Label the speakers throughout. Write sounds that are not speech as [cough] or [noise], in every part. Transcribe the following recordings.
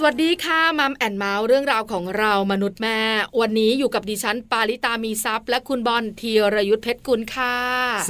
Speaker 1: สวัสดีค่ะมัมแอนเมาส์เรื่องราวของเรามนุษย์แม่ วันนี้อยู่กับดิฉันปาริตามีซัพย์ และคุณบอลธีรยุทธเพชรกุลค่ะ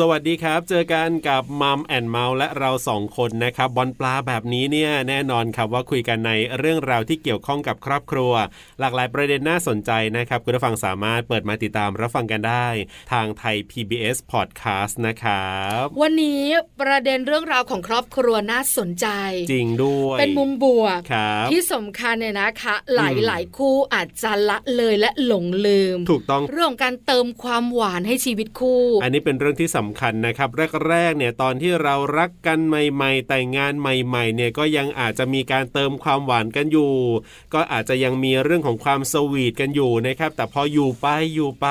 Speaker 2: สวัสดีครับ เจอกันกับมัมแอนเมาส์และเราสองคนนะครับบอลปลาแบบนี้เนี่ยแน่นอนครับว่าคุยกันในเรื่องราวที่เกี่ยวข้องกับครอบครัว หลากหลายประเด็นน่าสนใจนะครับคุณผู้ฟังสามารถเปิดมาติดตามรับฟังกันได้ ทางไทย PBS Podcast นะครับ
Speaker 1: วันนี้ประเด็นเรื่องราวของครอบครัวน่าสนใจ
Speaker 2: จริงด้วย
Speaker 1: เป็นมุมบวก
Speaker 2: ครับ
Speaker 1: ที่สำคัญเนี่ยนะคะ หลาย
Speaker 2: อืม
Speaker 1: หลายคู่อาจจะละเลยและหลงลืม
Speaker 2: ถูกต้อง
Speaker 1: เรื่องการเติมความหวานให้ชีวิตคู่
Speaker 2: อันนี้เป็นเรื่องที่สำคัญนะครับ แรกๆเนี่ยตอนที่เรารักกันใหม่ๆ แต่งงานใหม่ๆเนี่ยก็ยังอาจจะมีการเติมความหวานกันอยู่ ก็อาจจะยังมีเรื่องของความสวีทกันอยู่นะครับ แต่พออยู่ไปอยู่ไป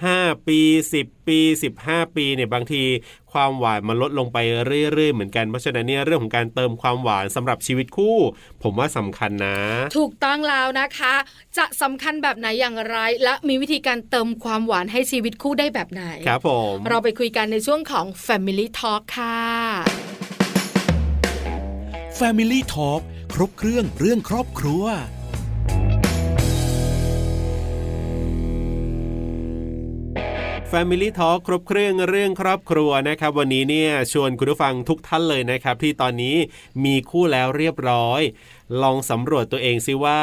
Speaker 2: 5 ปี 10 ปี 15 ปีเนี่ยบางทีความหวานมันลดลงไปเรื่อยๆเหมือนกันเพราะฉะนั้นเนี่ยเรื่องของการเติมความหวานสำหรับชีวิตคู่ ผมว่าสำคัญนะ
Speaker 1: ถูกต้องแล้วนะคะ จะสำคัญแบบไหนอย่างไร และมีวิธีการเติมความหวานให้ชีวิตคู่ได้แบบไหน
Speaker 2: ครับผม
Speaker 1: เราไปคุยกันในช่วงของ Family Talk ค่ะ
Speaker 3: Family Talk ครบเครื่องเรื่องครอบครัว
Speaker 2: f a m i l y ่ทอครบเครื่องเรื่องครอบครัวนะครับ วันนี้เนี่ยชวนคุณผู้ฟังทุกท่านเลยนะครับ ที่ตอนนี้มีคู่แล้วเรียบร้อย ลองสำรวจตัวเองซิว่า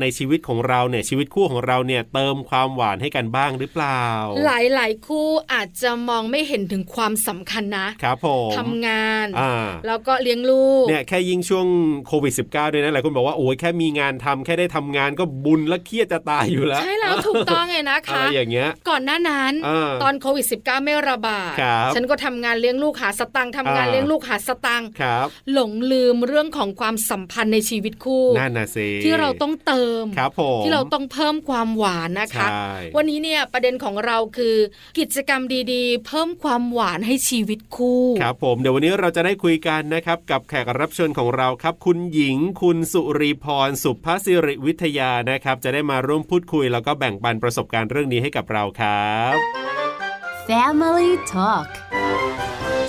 Speaker 2: ในชีวิตของเราเนี่ยชีวิตคู่ของเราเนี่ยเติมความหวานให้กันบ้างหรือเปล่า
Speaker 1: หลายหลายๆคู่อาจจะมองไม่เห็นถึงความสำคัญนะครับ
Speaker 2: ผม
Speaker 1: ทำงาน
Speaker 2: อ่า
Speaker 1: แล้วก็เลี้ยงลูก
Speaker 2: เนี่ยแค่ยิ่งช่วงโควิด -19 ด้วยนะหลายคนบอกว่าโอ้ยแค่มีงานทำแค่ได้ทำงานก็บุญและเครียดจะตายอยู่แล้ว
Speaker 1: ใช่
Speaker 2: [laughs]
Speaker 1: แล้วถูกต้องเลยนะ
Speaker 2: อะ
Speaker 1: คะ
Speaker 2: ไรอย่างเงี้ย
Speaker 1: ก่อนหน้านั้น
Speaker 2: เออ
Speaker 1: ตอนโควิด -19 ไม่ระบาด
Speaker 2: ครับ
Speaker 1: ฉันก็ทำงานเลี้ยงลูกหาสตังค์ทำงาน
Speaker 2: อ่า
Speaker 1: เลี้ยงลูกหาสตังค์
Speaker 2: ครับ
Speaker 1: หลงลืมเรื่องของความสัมพันธ์ในชีวิตคู่
Speaker 2: นั่นนะสิ
Speaker 1: ที่เราต้องเติม
Speaker 2: ครับผม
Speaker 1: ที่เราต้องเพิ่มความหวานนะคะ
Speaker 2: ใช่
Speaker 1: วันนี้เนี่ยประเด็นของเราคือกิจกรรมดีๆ เพิ่มความหวานให้ชีวิตคู่
Speaker 2: ครับผมเดี๋ยววันนี้เราจะได้คุยกันนะครับ กับแขกรับเชิญของเราครับ คุณหญิง คุณสุรีพรสุภาสิริวิทยานะครับ จะได้มาร่วมพูดคุย แล้วก็แบ่งปันประสบการณ์เรื่องนี้ให้กับเราครับ
Speaker 4: Family Talk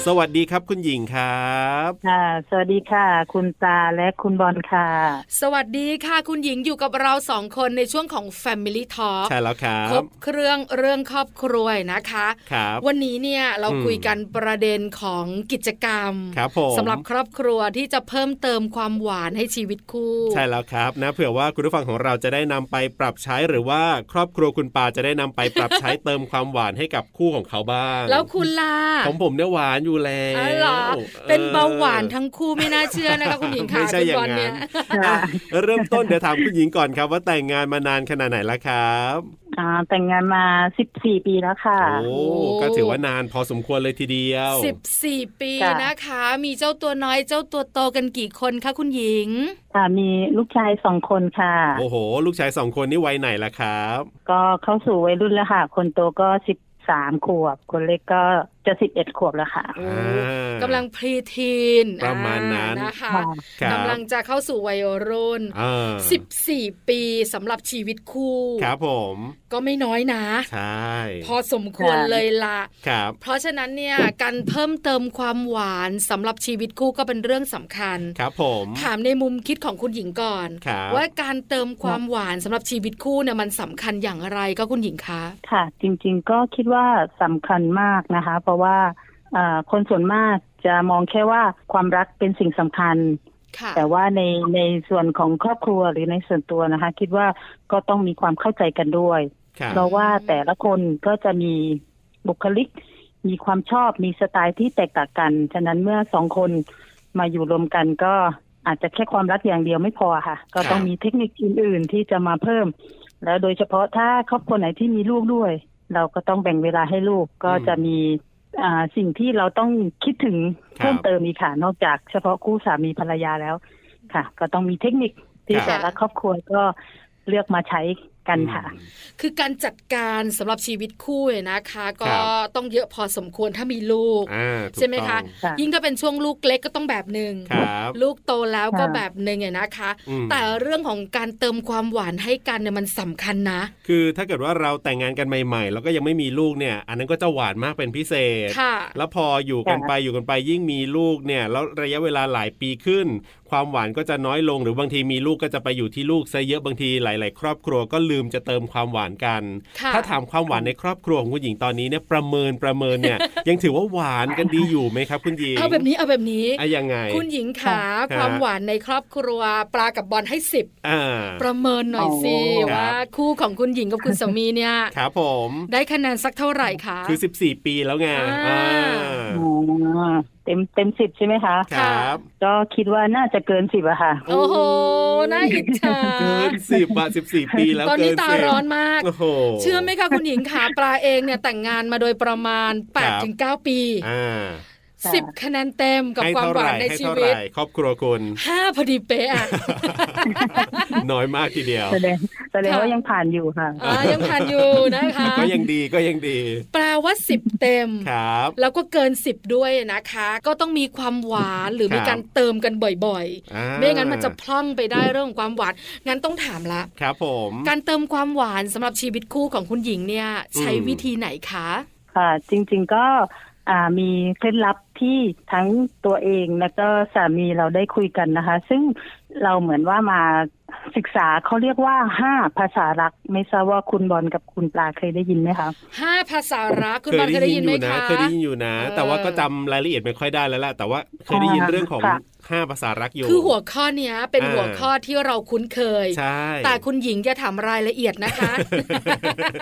Speaker 2: สวัสดีครับคุณหญิงครับ
Speaker 5: ค่ะ สวัสดีค่ะ คุณตาและคุณบอลค่ะ
Speaker 1: สวัสดีค่ะคุณหญิงอยู่กับเราสองคนในช่วงของ Family Talk
Speaker 2: ใช่แล้วครั
Speaker 1: คร
Speaker 2: บบ
Speaker 1: เครื่องเรื่องครอบครัวนะคะ
Speaker 2: ครับ
Speaker 1: วันนี้เนี่ยเรา
Speaker 2: อืม
Speaker 1: คุยกันประเด็นของกิจกรรม
Speaker 2: ครับผม
Speaker 1: สำหรับครอบครัวที่จะเพิ่มเติมความหวานให้ชีวิตคู่
Speaker 2: ใช่แล้วครับนะเผื่อว่าคุณผู้ฟังของเราจะได้นำไปปรับใช้หรือว่าครอบครัวคุณปาจะได้นำไปปรับใช้ เติมความหวานให้กับคู่ของเขาบ้าง
Speaker 1: แล้วคุณล่ะ
Speaker 2: ของผมเนี่ยหวานอยู่แล้ว
Speaker 1: อ๋อเหรอ
Speaker 2: ออ
Speaker 1: เป็นเบาหวานทั้งคู่ไม่น่าเชื่อนะคะคุณหญิงค่ะ
Speaker 2: ไม่ใช่
Speaker 1: คุณ
Speaker 2: อย่า
Speaker 1: บ
Speaker 2: ง
Speaker 1: อล
Speaker 2: นั้
Speaker 1: เนี่
Speaker 2: น
Speaker 1: ย
Speaker 5: ค่ะ
Speaker 2: อ่ะเริ่มต้นเดี๋ยวถามคุณหญิงก่อนครับ ว่าแต่งงานมานานขนาดไหนละครับ
Speaker 5: อ่าแต่งงานมา 14 ปีแล้วค่ะ
Speaker 2: โอ้ก็ถือว่านานพอสมควรเลยทีเดียว
Speaker 1: สิบสี่ปี
Speaker 5: ค่ะ
Speaker 1: นะคะ มีเจ้าตัวน้อยเจ้าตัวโตกันกี่คนคะคุณหญิง
Speaker 5: ค่ะมีลูกชายสองคนค่ะ
Speaker 2: โอ้โห ลูกชายสองคนนี่วัยไหนละครับ
Speaker 5: ก็เข้าสู่วัยรุ่นแล้วค่ะ คนโตก็ 13 ขวบ คนเล็กก็จะ 11 ขวบแล้วค่ะ
Speaker 1: โอ้กำลังพรีทีน
Speaker 2: ประมาณนั้น
Speaker 1: อ่นะคะ
Speaker 5: ค่ะ
Speaker 2: ครับ
Speaker 1: กำลังจะเข้าสู่วัยรุ่น
Speaker 2: อ่า
Speaker 1: 14 ปีสำหรับชีวิตคู่
Speaker 2: ครับผม
Speaker 1: ก็ไม่น้อยนะ
Speaker 2: ใช่
Speaker 1: พอสมควร
Speaker 5: ค่ะ
Speaker 1: เลยล่ะ
Speaker 2: ครับ
Speaker 1: เพราะฉะนั้นเนี่ยการเพิ่มเติมความหวานสำหรับชีวิตคู่ก็เป็นเรื่องสำคัญ
Speaker 2: ครับผม
Speaker 1: ถามในมุมคิดของคุณหญิงก่อน
Speaker 2: ครับ
Speaker 1: ว่าการเติมความหวานสำหรับชีวิตคู่เนี่ยมันสำคัญอย่างไรก็คุณหญิงคะ
Speaker 5: ค่ะ จริงๆก็คิดว่าสำคัญมากนะคะ เพราะว่าอ่าคนส่วนมากจะมองแค่ว่าความรักเป็นสิ่งสำคัญ
Speaker 1: ค่ะ
Speaker 5: แต่ว่าในในส่วนของครอบครัวหรือในส่วนตัวนะคะ คิดว่าก็ต้องมีความเข้าใจกันด้วย
Speaker 2: ครับ
Speaker 5: เพราะว่าแต่ละคนก็จะมีบุคลิก มีความชอบมีสไตล์ที่แตกต่างกัน ฉะนั้นเมื่อสองคนมาอยู่รวมกันก็อาจจะแค่ความรักอย่างเดียวไม่พอค่ะ ก็ต้องมีเทคนิคอื่น ๆ ที่จะมาเพิ่ม แล้วโดยเฉพาะถ้าครอบครัวไหนที่มีลูกด้วย เราก็ต้องแบ่งเวลาให้ลูกก็จะมีอ่าสิ่งที่เราต้องคิดถึงเพิ่มเติมอีกค่ะนอกจากเฉพาะคู่สามีภรรยาแล้วค่ะ ก็ต้องมีเทคนิคที่
Speaker 1: ครับ
Speaker 5: แต่ละครอบครัวก็เลือกมาใช้ กันค่ะ
Speaker 2: อืม
Speaker 1: คือการจัดการสำหรับชีวิตคู่เนี่ยนะคะ ก็
Speaker 2: ครับ
Speaker 1: ต้องเยอะพอสมควรถ้ามีลูก
Speaker 2: อ่าถูกต้อง
Speaker 1: ใช่ไหมคะ
Speaker 5: ค่ะ
Speaker 1: ยิ่งถ้าเป็นช่วงลูกเล็กก็ต้องแบบหนึ่ง
Speaker 2: ครับ
Speaker 1: ลูกโตแล้วก็
Speaker 5: ค่ะ
Speaker 1: แบบหนึ่งเนี่ยนะคะ
Speaker 2: อืม
Speaker 1: แต่เรื่องของการเติมความหวานให้กันเนี่ยมันสำคัญนะ
Speaker 2: คือถ้าเกิดว่าเราแต่งงานกันใหม่ๆ แล้วก็ยังไม่มีลูกเนี่ย อันนั้นก็จะหวานมากเป็นพิเศษ
Speaker 1: ค่ะ
Speaker 2: แล้วพออยู่กันไปอยู่กันไปยิ่งมีลูกเนี่ย แล้วระยะเวลาหลายปีขึ้น ความหวานก็จะน้อยลงหรือบางทีมีลูกก็จะไปอยู่ที่ลูกซะเยอะบางทีหลาย ๆ ครอบครัวก็ลืมจะเติมความหวานกัน
Speaker 1: ค่ะ
Speaker 2: ถ้าถามความหวานในครอบครัวของคุณหญิงตอนนี้เนี่ยประเมินประเมิน
Speaker 1: [laughs]
Speaker 2: เนี่ย ยังถือว่าหวานกันดีอยู่ไหมครับ คุณหญิง
Speaker 1: เอาแบบนี้เอาแบบนี้
Speaker 2: อ่ะยังไง
Speaker 1: คุณหญิงขา
Speaker 2: ค่ะ
Speaker 1: ความหวานในครอบครัวปลากับบอลให้สิบ
Speaker 2: อ่า
Speaker 1: ประเมินหน่อยสิ
Speaker 2: อ๋อครับ
Speaker 1: ว่าคู่ของคุณหญิงกับคุณสามีเนี่ย
Speaker 2: ครับผม
Speaker 1: ได้คะแนนสักเท่าไหร่คะ
Speaker 2: คือ 14 ปีแล้วไง
Speaker 1: อ่า
Speaker 2: อ่า
Speaker 5: อ๋อเต็มเต็มสิบใช่ไหมคะ
Speaker 2: ครับ
Speaker 5: ก็คิดว่าน่าจะเกินสิบอะค่ะ
Speaker 1: โอ้โหน่าอิจฉา
Speaker 2: เกินสิบอะสิบสี่ปีแล้ว
Speaker 1: ตอน
Speaker 2: เกิ
Speaker 1: นี้
Speaker 2: น
Speaker 1: ตา
Speaker 2: สิบ
Speaker 1: ร้อนมาก
Speaker 2: โอ้โห
Speaker 1: เชื่อไหมคะ [laughs] คุณหญิงขาปลาเองเนี่ยแต่งงานมาโดยประมาณ
Speaker 2: ครับ
Speaker 1: 8ถึง9ปี
Speaker 2: อ่า
Speaker 1: 10 คะแนนเต็มกับ
Speaker 2: ให้
Speaker 1: ความ
Speaker 2: เท่า
Speaker 1: ห
Speaker 2: ไห
Speaker 1: วา
Speaker 2: ร่
Speaker 1: นใน
Speaker 2: ให้
Speaker 1: ชี
Speaker 2: เท่าไห
Speaker 1: วิต
Speaker 2: ร่ครอบครัวคุณ
Speaker 1: ห้าพอดีเป๊ะอะ
Speaker 2: [laughs] น้อยมากทีเดียว
Speaker 5: แสดงแสดงว่ายังผ่านอยู่ค่ะ
Speaker 1: อ่ะยังผ่านอยู่นะคะ
Speaker 2: ก็ยังดีก็ยังดี
Speaker 1: แปลว่า 10 เต็ม
Speaker 2: ครับ
Speaker 1: แล้วก็เกิน 10 ด้วยนะคะ ก็ต้องมีความหวานหรือ
Speaker 2: ครับ
Speaker 1: มีการเติมกันบ่อย
Speaker 2: อ่า
Speaker 1: ๆ ไม่งั้นมันจะพล่องไปได้เรื่องของความหวานงั้นต้องถามละ
Speaker 2: ครับผม
Speaker 1: การเติมความหวานสำหรับชีวิตคู่ของคุณหญิงเนี่ย ใช้วิธีไหนคะ
Speaker 5: ค่ะ จริง ๆก็อ่ามีเคล็ดลับที่ทั้งตัวเองแล้วก็สามีเราได้คุยกันนะคะ ซึ่งเราเหมือนว่ามาศึกษาเขาเรียกว่าห้าภาษารัก ไม่ทราบว่าคุณบอลกับคุณปลาเคยได้ยินไหมคะ
Speaker 1: ห้าภาษารักคุณบ
Speaker 2: เค
Speaker 1: อล
Speaker 2: ย
Speaker 1: เคย
Speaker 2: ได้
Speaker 1: ได้
Speaker 2: ยิ
Speaker 1: ยิ
Speaker 2: น
Speaker 1: น
Speaker 2: อ
Speaker 1: ไหม
Speaker 2: ยู่นะ
Speaker 1: คะ
Speaker 2: เคยได้ยินอยู่นะ
Speaker 1: เออ
Speaker 2: แต่ว่าก็จำรายละเอียดไม่ค่อยได้แล้วแหละแต่ว่าเคยได้ยินเรื่องของ
Speaker 5: ค่ะ
Speaker 2: ห้าภาษารักอยู่
Speaker 1: คือหัวข้อเนี้ยเป็น
Speaker 2: อ่า
Speaker 1: หัวข้อที่เราคุ้นเคย
Speaker 2: ใช่
Speaker 1: แต่คุณหญิงจะถามรายละเอียดนะคะ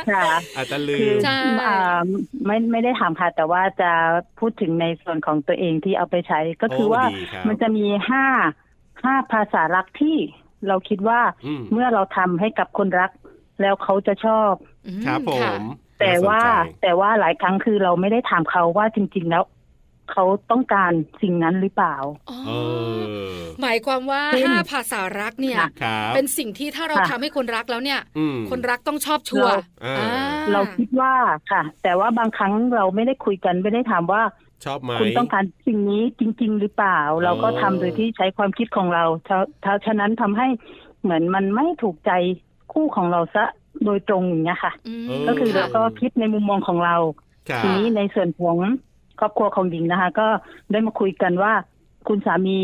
Speaker 5: ค่ะ
Speaker 2: [laughs] อาจจะลื
Speaker 5: คือ
Speaker 2: ม
Speaker 1: ใช่
Speaker 5: อ่าไม่ไม่ได้ถามค่ะ แต่ว่าจะพูดถึงในส่วนของตัวเองที่เอาไปใช้ก็คือ
Speaker 2: โอ้
Speaker 5: ว่า
Speaker 2: ดีครับ
Speaker 5: มันจะมีห้าห้าภาษารักที่เราคิดว่า
Speaker 2: อืม
Speaker 5: เมื่อเราทำให้กับคนรัก แล้วเขาจะชอบ
Speaker 1: อืม
Speaker 2: [laughs] ครับผ
Speaker 1: ะ
Speaker 2: ม
Speaker 5: แต่ว่า
Speaker 2: น่สนใจ
Speaker 5: แต่ว่าหลายครั้งคือเราไม่ได้ถามเขาว่าจริง ๆ แล้ว เขาต้องการสิ่งนั้นหรือเปล่า
Speaker 1: อ๋อ
Speaker 2: เออ
Speaker 1: หมายความว่า
Speaker 5: ซึ่ง
Speaker 1: ห้าภาษารักเนี่ย
Speaker 5: ค่ะ
Speaker 2: ครับ
Speaker 1: เป็นสิ่งที่ถ้าเรา
Speaker 5: ค่ะ
Speaker 1: ทำให้คนรักแล้วเนี่ย
Speaker 2: อืม
Speaker 1: คนรักต้องชอบชัวร์
Speaker 5: เรา
Speaker 2: อ่า
Speaker 1: อ่
Speaker 5: เราคิดว่าค่ะ แต่ว่าบางครั้งเราไม่ได้คุยกันไม่ได้ถามว่า
Speaker 2: ชอบไหม
Speaker 5: คุณต้องการสิ่งนี้จริง ๆ หรือเปล่า เราก็ทำโดยที่ใช้ความคิดของเราเท่าเท่าฉะนั้นทำให้เหมือนมันไม่ถูกใจคู่ของเราซะโดยตรงอย่างเงี้ยค่ะ
Speaker 1: อืม
Speaker 2: เออ
Speaker 5: ก็คือเรา
Speaker 1: ค่ะ
Speaker 5: ก็คิดในมุมมองของเรา
Speaker 2: ครั
Speaker 5: ที
Speaker 2: บ
Speaker 5: นี้ในส่วนของครอบครัวของหญิงนะคะ ก็ได้มาคุยกันว่า คุณสามี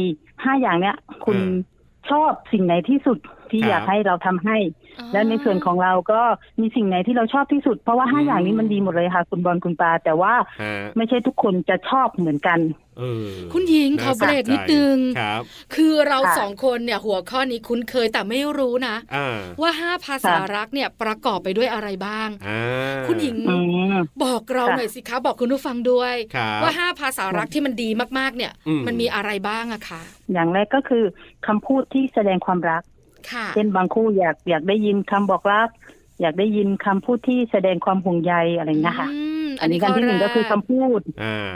Speaker 5: ห้าอย่างเนี้ยคุณ
Speaker 2: อ่า
Speaker 5: ชอบสิ่งไหนที่สุดที่
Speaker 2: ครับ
Speaker 5: อยากให้เราทำให้ และในส่วนของเราก็มีสิ่งไหนที่เราชอบที่สุด เพราะว่าห้า
Speaker 2: อืม
Speaker 5: อย่างนี้มันดีหมดเลยค่ะ คุณบอลคุณปาแต่ว่า
Speaker 2: ฮะ
Speaker 5: ไม่ใช่ทุกคนจะชอบเหมือนกัน
Speaker 2: เออ
Speaker 1: คุณหญิงขอเบรก
Speaker 2: าสใจ
Speaker 1: นิดนึง
Speaker 2: ครับ
Speaker 1: คือเรา
Speaker 5: ค่ะ
Speaker 1: สองคนเนี่ยหัวข้อนี้คุ้นเคยแต่ไม่รู้นะ
Speaker 2: อ่า
Speaker 1: ว่าห้าภาษารักเนี่ยประกอบไปด้วยอะไรบ้าง
Speaker 2: อ่า
Speaker 1: คุณหญิง
Speaker 5: อืม
Speaker 1: บอกเรา
Speaker 5: ค่ะ
Speaker 1: หน่อยสิคะบอกคุณผู้ฟังด้วย
Speaker 2: ครับ
Speaker 1: ว่าห้าภาษารักที่มันดีมากๆ เนี่ย
Speaker 2: อืม
Speaker 1: มันมีอะไรบ้างอะคะ
Speaker 5: อย่างแรกก็คือคำพูดที่แสดงความรัก
Speaker 1: ค่ะ
Speaker 5: เช่นบางคู่อยากอยากได้ยินคำบอกรัก อยากได้ยินคำพูดที่แสดงความห่วงใยอะไรอย่างเงี้ยค่ะ
Speaker 1: อืม
Speaker 5: อันนี้การที่หนึ่งก็คือคำพูด
Speaker 2: อ่า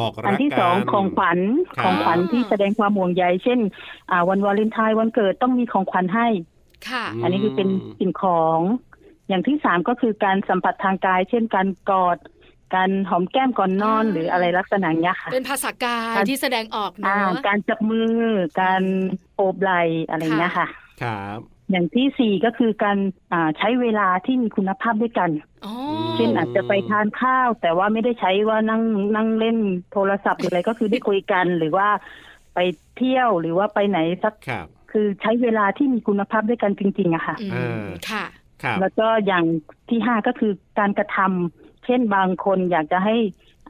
Speaker 2: บอกรักกั
Speaker 5: อั
Speaker 2: น
Speaker 5: นที่สองของขวัญ
Speaker 2: ครับ
Speaker 5: ของขวัญที่แสดงความห่วงใย เช่น อ่า วันวาเลนไทน์วันเกิดต้องมีของขวัญให้
Speaker 1: ค่ะ
Speaker 2: ม
Speaker 5: อันนี้คือเป็นสิ่งของ อย่างที่สามก็คือการสัมผัสทางกาย เช่นการกอด การหอมแก้มก่อนนอน
Speaker 1: อืม
Speaker 5: หรืออะไรลักษณะเนี้ยค่ะ
Speaker 1: เป็นภาษากาย
Speaker 5: การ
Speaker 1: ที่แสดงออก
Speaker 5: อ่า
Speaker 1: เนาะ
Speaker 5: การจับมือ การโอบไหล่อะไรอย่างเงี้ย
Speaker 1: ค่ะ
Speaker 5: ค่ะ
Speaker 2: ครับ
Speaker 5: อย่างที่สี่ก็คือการอ่าใช้เวลาที่มีคุณภาพด้วยกัน
Speaker 1: อ๋อ
Speaker 2: ม
Speaker 5: เช่นอาจจะไปทานข้าว แต่ว่าไม่ได้ใช้ว่านั่งนั่งเล่นโทรศัพท์หรืออะไรก็คือได้คุยกัน หรือว่าไปเที่ยวหรือว่าไปไหนสัก
Speaker 2: ครับ
Speaker 5: คือใช้เวลาที่มีคุณภาพด้วยกันจริงๆอะค่ะ
Speaker 1: อืม
Speaker 2: อ่า
Speaker 1: ค่ะ
Speaker 2: ครับ
Speaker 5: แล้วก็อย่างที่ห้าก็คือการกระทำเช่นบางคนอยากจะให้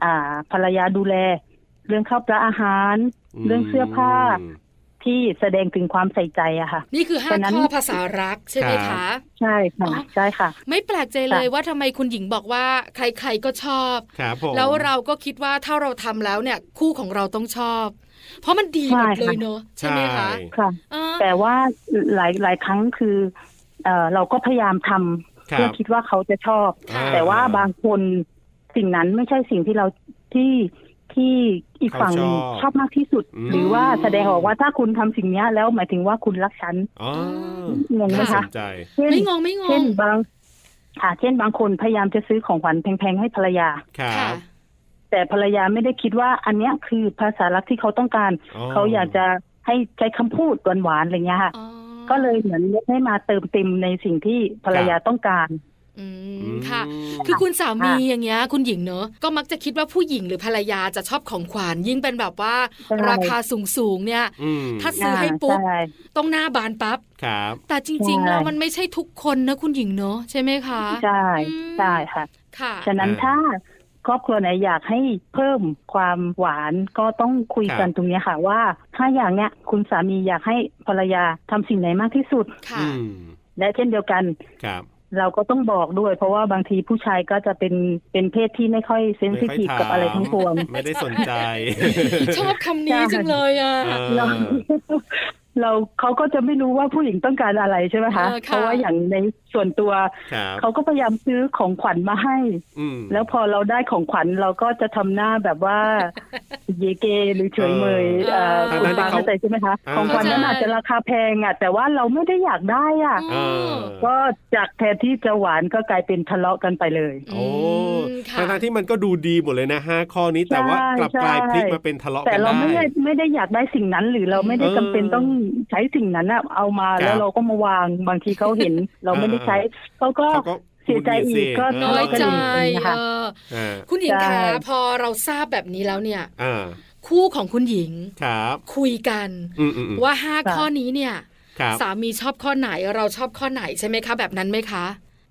Speaker 5: อ่าภรรยาดูแล เรื่องข้าวปลาอาหาร เรื่องเสื้อผ้าที่แสดงถึงความใส่ใจอะค่ะ
Speaker 1: นี่คือห้า
Speaker 5: ฉะนั้น
Speaker 1: ข้อภาษารักใช่ไหม
Speaker 2: ครั
Speaker 1: คะ
Speaker 2: บ
Speaker 5: ใช่
Speaker 1: อ๋
Speaker 5: ค่ะ
Speaker 1: อ
Speaker 5: ใช่ค่ะ
Speaker 1: ไม่แปลกใจเลยว่าทำไมคุณหญิงบอกว่า ใครๆก็ชอบ
Speaker 2: ครับผม
Speaker 1: แล้วเราก็คิดว่าถ้าเราทำแล้วเนี่ยคู่ของเราต้องชอบ เพราะมันดีหมดเลยเนอะใช่
Speaker 2: ใช่
Speaker 1: ไหมคะ
Speaker 5: ค่ะ
Speaker 1: อ่า
Speaker 5: แต่ว่าหลายหลายครั้งคือเออเราก็พยายามทำ
Speaker 2: ค
Speaker 5: เพื่อ
Speaker 2: รับ
Speaker 5: คิดว่าเขาจะชอบ
Speaker 2: อ่า
Speaker 5: แต่ว่าบางคนสิ่งนั้นไม่ใช่สิ่งที่เราที่ ที่อีกฝั่งหนึ่ง
Speaker 2: เขาชอบ
Speaker 5: ชอบมากที่สุด
Speaker 2: อืม
Speaker 5: หรือว่าแสดงออกว่าถ้าคุณทำสิ่งเนี้ยแล้วหมายถึงว่าคุณรักฉัน
Speaker 2: อ๋อง
Speaker 5: งไหม
Speaker 2: น่าส
Speaker 5: คะ
Speaker 2: นใจ
Speaker 5: เช่น
Speaker 1: ไม่งงไม่ง
Speaker 5: เช่น
Speaker 1: ง
Speaker 5: บางค่ะเช่นบางคนพยายามจะซื้อของขวัญแพงๆให้ภรรยา
Speaker 2: ครั
Speaker 1: ค่ะ
Speaker 2: บ
Speaker 5: แต่ภรรยาไม่ได้คิดว่าอันเนี้ยคือภาษารักที่เขาต้องการ เขาอยากจะให้ใช้คำพูดหวานๆอะไรเงี้ยค่ะ
Speaker 1: อ๋อ
Speaker 5: ก็เลยเหมือนได้มาเติมเต็มในสิ่งที่ภรรยาต้องการ
Speaker 1: อื
Speaker 2: อื
Speaker 1: ม
Speaker 2: ม
Speaker 1: ค่ะ คือคุณสามีอย่างเงี้ยคุณหญิงเนอะก็มักจะคิดว่าผู้หญิงหรือภรรยาจะชอบของขวัญยิ่งเป็นแบบว่า
Speaker 5: ใช่
Speaker 1: ราคาสูงสูงๆเนี่ย
Speaker 2: อืม
Speaker 1: ถ้าซื้อให้ปุ๊บ
Speaker 5: ใช่
Speaker 1: ต้องหน้าบานปั๊บ
Speaker 2: ครับ
Speaker 1: แต่จริงๆแล้ว
Speaker 5: ใช่
Speaker 1: มันไม่ใช่ทุกคนนะคุณหญิงเนอะใช่ไหมคะ
Speaker 5: ใช่
Speaker 1: อืม
Speaker 5: ใช่ค่ะ
Speaker 1: ค่ะ
Speaker 5: ฉะนั้น
Speaker 2: อ่า
Speaker 5: ถ้าครอบครัวไหนอยากให้เพิ่มความหวานก็ต้องคุย
Speaker 2: ครับ
Speaker 5: กันตรงเนี้ยค่ะ ว่าถ้าอย่างเนี้ยคุณสามีอยากให้ภรรยาทำสิ่งไหนมากที่สุด
Speaker 1: ค่ะ
Speaker 2: อืม
Speaker 5: และเช่นเดียวกัน
Speaker 2: ครับ
Speaker 5: เราก็ต้องบอกด้วย เพราะว่าบางทีผู้ชายก็จะเป็นเป็นเพศที่ไม่ค่อยเซนซิทีฟ
Speaker 2: ไม่ค่อยถาม
Speaker 5: กับอะไรทั้งปวง
Speaker 2: ไม่ได้สนใจ
Speaker 1: ชอบคำนี้จังเลยอ่ะ
Speaker 2: เอ
Speaker 5: เรา
Speaker 2: อ
Speaker 5: [laughs] เราเขาก็จะไม่รู้ว่าผู้หญิงต้องการอะไรใช่ไหมคะ
Speaker 1: เออค่ะ
Speaker 5: เพราะว่าอย่างในส่วนตัว
Speaker 2: ครับ
Speaker 5: เขาก็พยายามซื้อของขวัญมาให้
Speaker 2: อืม
Speaker 5: แล้วพอเราได้ของขวัญเราก็จะทำหน้าแบบว่า
Speaker 2: [laughs]
Speaker 5: เยเกหรือเฉยเมย
Speaker 1: เออ
Speaker 5: เอ่อคุณปา
Speaker 2: ทั้ๆที่
Speaker 5: เข้าง
Speaker 2: เขา
Speaker 5: ใจใช่ไหมคะ
Speaker 2: อ่า
Speaker 5: ของขวัญนั้นอาจจะราคาแพงอ่ะ แต่ว่าเราไม่ได้อยากได้อ่ะ
Speaker 2: เออ
Speaker 5: ก็จากแทนที่จะหวานก็กลายเป็นทะเลาะกันไปเลย
Speaker 2: โอ้
Speaker 1: อืมค่ะ
Speaker 2: ทั้งๆที่มันก็ดูดีหมดเลยนะห้าข้อนี้แต่ว่ากลับกลายพลิกมาเป็นทะเลาะ
Speaker 5: แต่
Speaker 2: กัน
Speaker 5: เรา
Speaker 2: ได้
Speaker 5: ไม่ได้ไม่ได้อยากได้สิ่งนั้น หรือเราไม่ได้
Speaker 2: เออ
Speaker 5: จำเป็นต้องใช้สิ่งนั้นอะเอามา
Speaker 2: ครับ
Speaker 5: แล้วเราก็มาวางบางทีเขา
Speaker 2: [laughs]
Speaker 5: เห็น เราไม่ได้ใช้เขาก็
Speaker 2: เขาก็
Speaker 5: เสียใจอีกก็
Speaker 2: หงุดห
Speaker 1: น้
Speaker 2: งิดสิ
Speaker 1: อยใจ
Speaker 5: นะ
Speaker 1: เอ
Speaker 5: คะ
Speaker 1: อ
Speaker 2: อ่า
Speaker 1: คุณหญิงคะ
Speaker 5: ใช่
Speaker 1: พอเราทราบแบบนี้แล้วเนี่ย
Speaker 2: อ่า
Speaker 1: คู่ของคุณหญิง
Speaker 2: ครับ
Speaker 1: คุยกัน
Speaker 2: อืมอืมอืม
Speaker 1: ว่าห้าข้อนี้เนี่ย
Speaker 2: ครับ
Speaker 1: สามีชอบข้อไหนเราชอบข้อไหนใช่ไหมคะแบบนั้นไหมคะ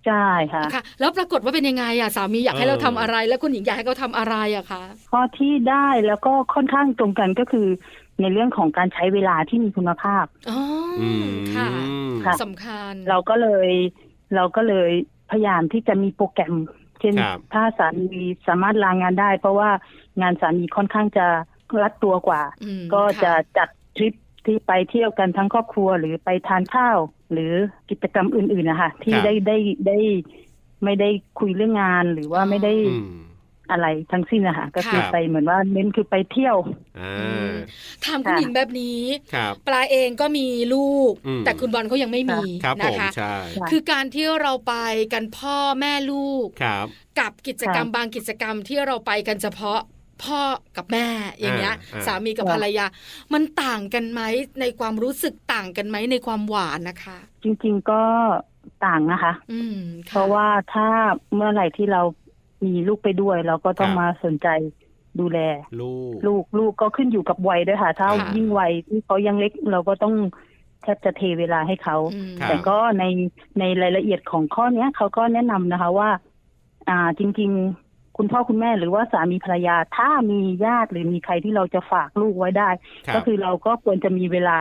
Speaker 5: ใช่ค่ะ
Speaker 1: ค่ะ แล้วปรากฏว่าเป็นยังไงอ่ะสามีอยากให้
Speaker 2: เออ
Speaker 1: เราทำอะไร แล้วคุณหญิงอยากให้เขาทำอะไรอะคะ
Speaker 5: ข้อที่ได้แล้วก็ค่อนข้างตรงกันก็คือ ในเรื่องของการใช้เวลาที่มีคุณภาพ
Speaker 1: อ๋ออ
Speaker 2: อืม
Speaker 1: ค่ะ
Speaker 5: ค่ะ
Speaker 1: สำคัญ
Speaker 5: เราก็เลย เราก็เลยพยายามที่จะมีโปรแกรม เช่น
Speaker 2: ครับ
Speaker 5: ถ้าสามีสามารถลางงานได้ เพราะว่างานสามีค่อนข้างจะรัดตัวกว่า
Speaker 1: อืม
Speaker 5: ก็จะ
Speaker 1: ค่ะ
Speaker 5: จัดทริปที่ไปเที่ยวกันทั้งครอบครัวหรือไปทานข้าว หรือกิจกรรมอื่นๆนะคะที่
Speaker 2: ครับ
Speaker 5: ได้ได้ได้ ไม่ได้คุยเรื่องงานหรือว่าไม่ได้
Speaker 2: อืม
Speaker 5: อะไรทั้งสิ้นนะคะก็คือ
Speaker 2: ครับ
Speaker 5: ไปเหมือนว่าเน้นคือไปเที่ยว
Speaker 2: อ่า
Speaker 1: อืม ถามคุณ
Speaker 5: ค่ะ
Speaker 1: หญิงแบบนี้
Speaker 2: ครับ
Speaker 1: ปลาเองก็มีลูก
Speaker 2: อืม
Speaker 1: แต่คุณบอลเขายังไม่มี
Speaker 2: ครับผ
Speaker 1: นะ
Speaker 2: ม
Speaker 1: คะ
Speaker 2: ใช่
Speaker 1: คือการที่เราไปกันพ่อแม่ลูก
Speaker 2: ครับ
Speaker 1: กับกิจกรรม
Speaker 5: ค่ะ
Speaker 1: บางกิจกรรมที่เราไปกันเฉพาะพ่อกับแม่อย่างเงี้ย
Speaker 2: า
Speaker 1: สามีกับ
Speaker 5: ค่ะ
Speaker 1: ภรรยา มันต่างกันไหมในความรู้สึกต่างกันไหมในความหวานนะคะ
Speaker 5: จริง ๆก็ต่างนะคะ
Speaker 1: อืมค่
Speaker 5: เพราะว่าถ้าเมื่อไหร่ที่เรามีลูกไปด้วย เราก็ต้อง
Speaker 2: ครับ
Speaker 5: มาสนใจดูแล
Speaker 2: ลูก
Speaker 5: ลูกลูกก็ขึ้นอยู่กับวัยด้วยค่ะ ถ้า
Speaker 2: ค่ะ
Speaker 5: ยิ่งวัยที่เขายังเล็กเราก็ต้องแทบจะเทเวลาให้เขา
Speaker 1: อืม
Speaker 2: ครับ
Speaker 5: แต่ก็ในในรายละเอียดของข้อเนี้ยเขาก็แนะนำนะคะว่า อ่าจริง ๆ คุณพ่อคุณแม่หรือว่าสามีภรรยา ถ้ามีญาติหรือมีใครที่เราจะฝากลูกไว้ได้
Speaker 2: รับ
Speaker 5: ก็คือเราก็ควรจะมีเวลา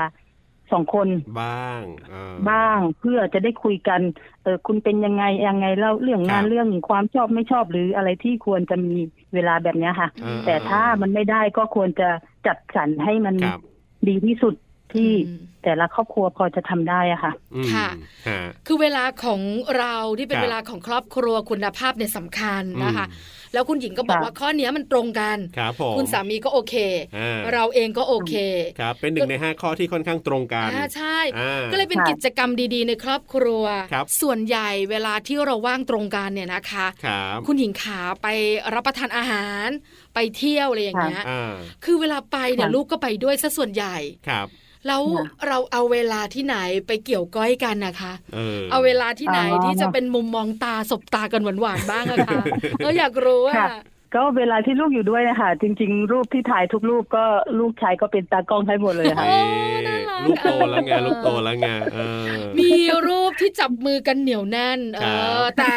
Speaker 5: สองคน
Speaker 2: บ้างเออ
Speaker 5: บ้างเพื่อจะได้คุยกัน เออคุณเป็นยังไงยังไงเล่าเรื่องงาน
Speaker 2: ครับ
Speaker 5: เรื่องความชอบไม่ชอบหรืออะไรที่ควรจะมีเวลาแบบเนี้ยค่ะ
Speaker 2: เออ
Speaker 5: แต่ถ้ามันไม่ได้ก็ควรจะจัดสรรให้มัน
Speaker 2: ครับ
Speaker 5: ดีที่สุดที่
Speaker 1: อืม
Speaker 5: แต่ละครอบครัวพอจะทำได้อะค่ะ
Speaker 2: อืม
Speaker 1: ค่ะ
Speaker 2: ฮะ
Speaker 1: คือเวลาของเราที่เป็น
Speaker 2: ครับ
Speaker 1: เวลาของครอบครัวคุณภาพเนี่ยสำคัญนะคะ
Speaker 2: อืม
Speaker 1: แล้วคุณหญิงก็บอก
Speaker 5: ค่ะ
Speaker 1: ว่าข้อเนี้ยมันตรงกัน
Speaker 2: ครับผม
Speaker 1: คุณสามีก็โอเค
Speaker 2: อ่
Speaker 1: เราเองก็โอเค
Speaker 2: ครับ เป็นหนึ่งในห้าข้อที่ค่อนข้างตรงกัน
Speaker 1: อ่าใช่
Speaker 2: อ่า
Speaker 1: ก็เลยเป็น
Speaker 5: ค่ะ
Speaker 1: กิจกรรมดีๆ ในครอบครัว
Speaker 2: ครับ
Speaker 1: ส่วนใหญ่เวลาที่เราว่างตรงกันเนี่ยนะคะ
Speaker 2: ครับ
Speaker 1: คุณหญิงขาไปรับประทานอาหาร ไปเที่ยวอะไรอย่างเงี้ย
Speaker 2: อ่า
Speaker 1: คือเวลาไปเนี่ย
Speaker 5: ค่ะ
Speaker 1: ลูกก็ไปด้วยซะส่วนใหญ่
Speaker 2: ครับ
Speaker 1: แล้ว
Speaker 5: ค่ะ
Speaker 1: เราเอาเวลาที่ไหนไปเกี่ยวก้อยกันนะคะ
Speaker 2: เออ
Speaker 1: เอาเวลาที่ไหน
Speaker 5: อ๋อ
Speaker 1: ที่จะเป็นมุมมองตาสบตากันหวานๆบ้างอะคะ เอออยากรู้อะ
Speaker 5: ก็เวลาที่ลูกอยู่ด้วยนะคะจริง ๆ รูปที่ถ่ายทุกรูปก็ลูกชายก็เป็นตากล้องให้หมดเลย
Speaker 2: เอ้
Speaker 5: ค่ะ
Speaker 1: โอ้
Speaker 2: ย
Speaker 1: น่ารัก
Speaker 2: ลูกโตแล้วไง
Speaker 1: อ่ะ
Speaker 2: ลูกโตแล้วไงเออ
Speaker 1: มีรูปที่จับมือกันเหนียวแน่น เอ
Speaker 2: ครั
Speaker 1: อ
Speaker 2: บ
Speaker 1: แต่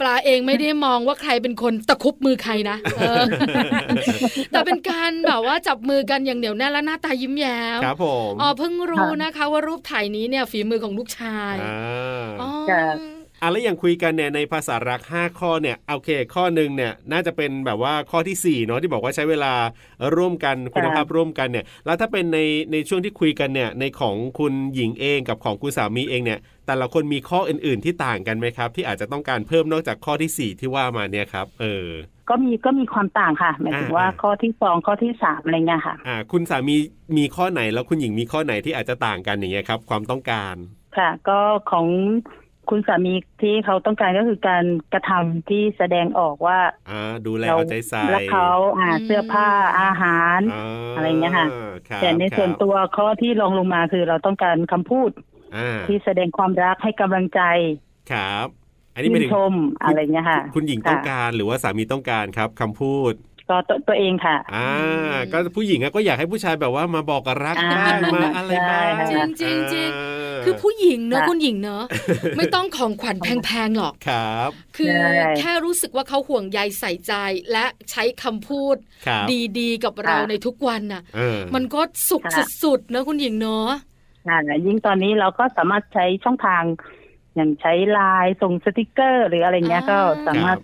Speaker 1: ปลาเองไม่ได้มองว่าใครเป็นคนตะครุบมือใครนะเอ
Speaker 2: [laughs]
Speaker 1: อ แต่เป็นการแบบว่าจับมือกันอย่างเหนียวแน่นและหน้าตายิ้มแย้ม
Speaker 2: ครับผม
Speaker 1: อ๋อเพิ่งรู้
Speaker 5: ค่ะ
Speaker 1: นะคะ ว่ารูปถ่ายนี้เนี่ยฝีมือของลูกชาย
Speaker 2: อ่า
Speaker 1: อ๋อ
Speaker 5: ค่ะ
Speaker 2: อ่ะแล้วอย่างคุยกันเนี่ยในภาษารักห้าข้อเนี่ยโอเค ข้อหนึ่งเนี่ยน่าจะเป็นแบบว่าข้อที่สี่เนาะที่บอกว่าใช้เวลาร่วมกันคุณภาพร่วมกันเนี่ย แล้วถ้าเป็นในในช่วงที่คุยกันเนี่ยในของคุณหญิงเองกับของคุณสามีเองเนี่ย แต่ละคนมีข้ออื่น ๆที่ต่างกันไหมครับ ที่อาจจะต้องการเพิ่มนอกจากข้อที่สี่ที่ว่ามาเนี่ยครับ เออ
Speaker 5: ก็มีก็มีความต่างค่ะ หมายถึงว่า
Speaker 2: อ่า
Speaker 5: ข้อที่สองข้อที่สามอะไรเงี้ยค่ะ
Speaker 2: อ่า คุณสามีมีข้อไหนแล้วคุณหญิงมีข้อไหนที่อาจจะต่างกันอย่างเงี้ยครับ ความต้องการ
Speaker 5: ค่ะ ก็ของคุณสามีที่เขาต้องการก็คือการกระทำที่แสดงออกว่า
Speaker 2: อ่า ดูแล
Speaker 5: เรา
Speaker 2: เอาใจใส่
Speaker 5: รักเขาอ่า
Speaker 1: อืม
Speaker 5: เสื้อผ้าอาหาร
Speaker 2: า
Speaker 5: อะไรเงี้ยค่ะ
Speaker 2: รับ
Speaker 5: แต่ในส่วน
Speaker 2: ครับ
Speaker 5: ตัวข้อที่รองลงมาคือเราต้องการคำพูด
Speaker 2: อ่า
Speaker 5: ที่แสดงความรักให้กำลังใจ
Speaker 2: ครับ อันนี้
Speaker 5: ชื่
Speaker 2: ไม่
Speaker 5: น
Speaker 2: ถึง
Speaker 5: ชมอะไรเงี้ยค่ะ
Speaker 2: คุณหญิงต้อง
Speaker 5: ค่ะ
Speaker 2: การหรือว่าสามีต้องการครับคำพูด
Speaker 5: ก็ตัวตัวเองค่ะ
Speaker 2: อ่า
Speaker 1: ม
Speaker 2: ก็ผู้หญิงอะก็อยากให้ผู้ชายแบบว่ามาบอกรัก
Speaker 5: อ่า
Speaker 2: บ้างมาอะไรบ้าง
Speaker 5: ใช่
Speaker 1: จริงๆจริง
Speaker 2: อ่า
Speaker 1: คือผู้หญิงเนอะ
Speaker 5: ค่ะ
Speaker 1: คุณหญิงเน
Speaker 2: [laughs]
Speaker 1: อะไม่ต้องของขวัญแพงๆหรอก
Speaker 2: ครับ
Speaker 1: คือ
Speaker 5: ใช่
Speaker 1: แค่รู้สึกว่าเขาห่วงใยใส่ใจและใช้คำพูด
Speaker 2: ครับ
Speaker 1: ดีๆ กับเราในทุกวันน่ะ
Speaker 2: เออ
Speaker 1: มันก็สุข
Speaker 5: ค่ะ
Speaker 1: สุดๆเนอะคุณหญิงเนอะ
Speaker 5: นั่นแหละยิ่งตอนนี้เราก็สามารถใช้ช่องทาง อย่างใช้ไลน์ส่งสติกเกอร์ หรืออะไรเงี้ยก็สามารถ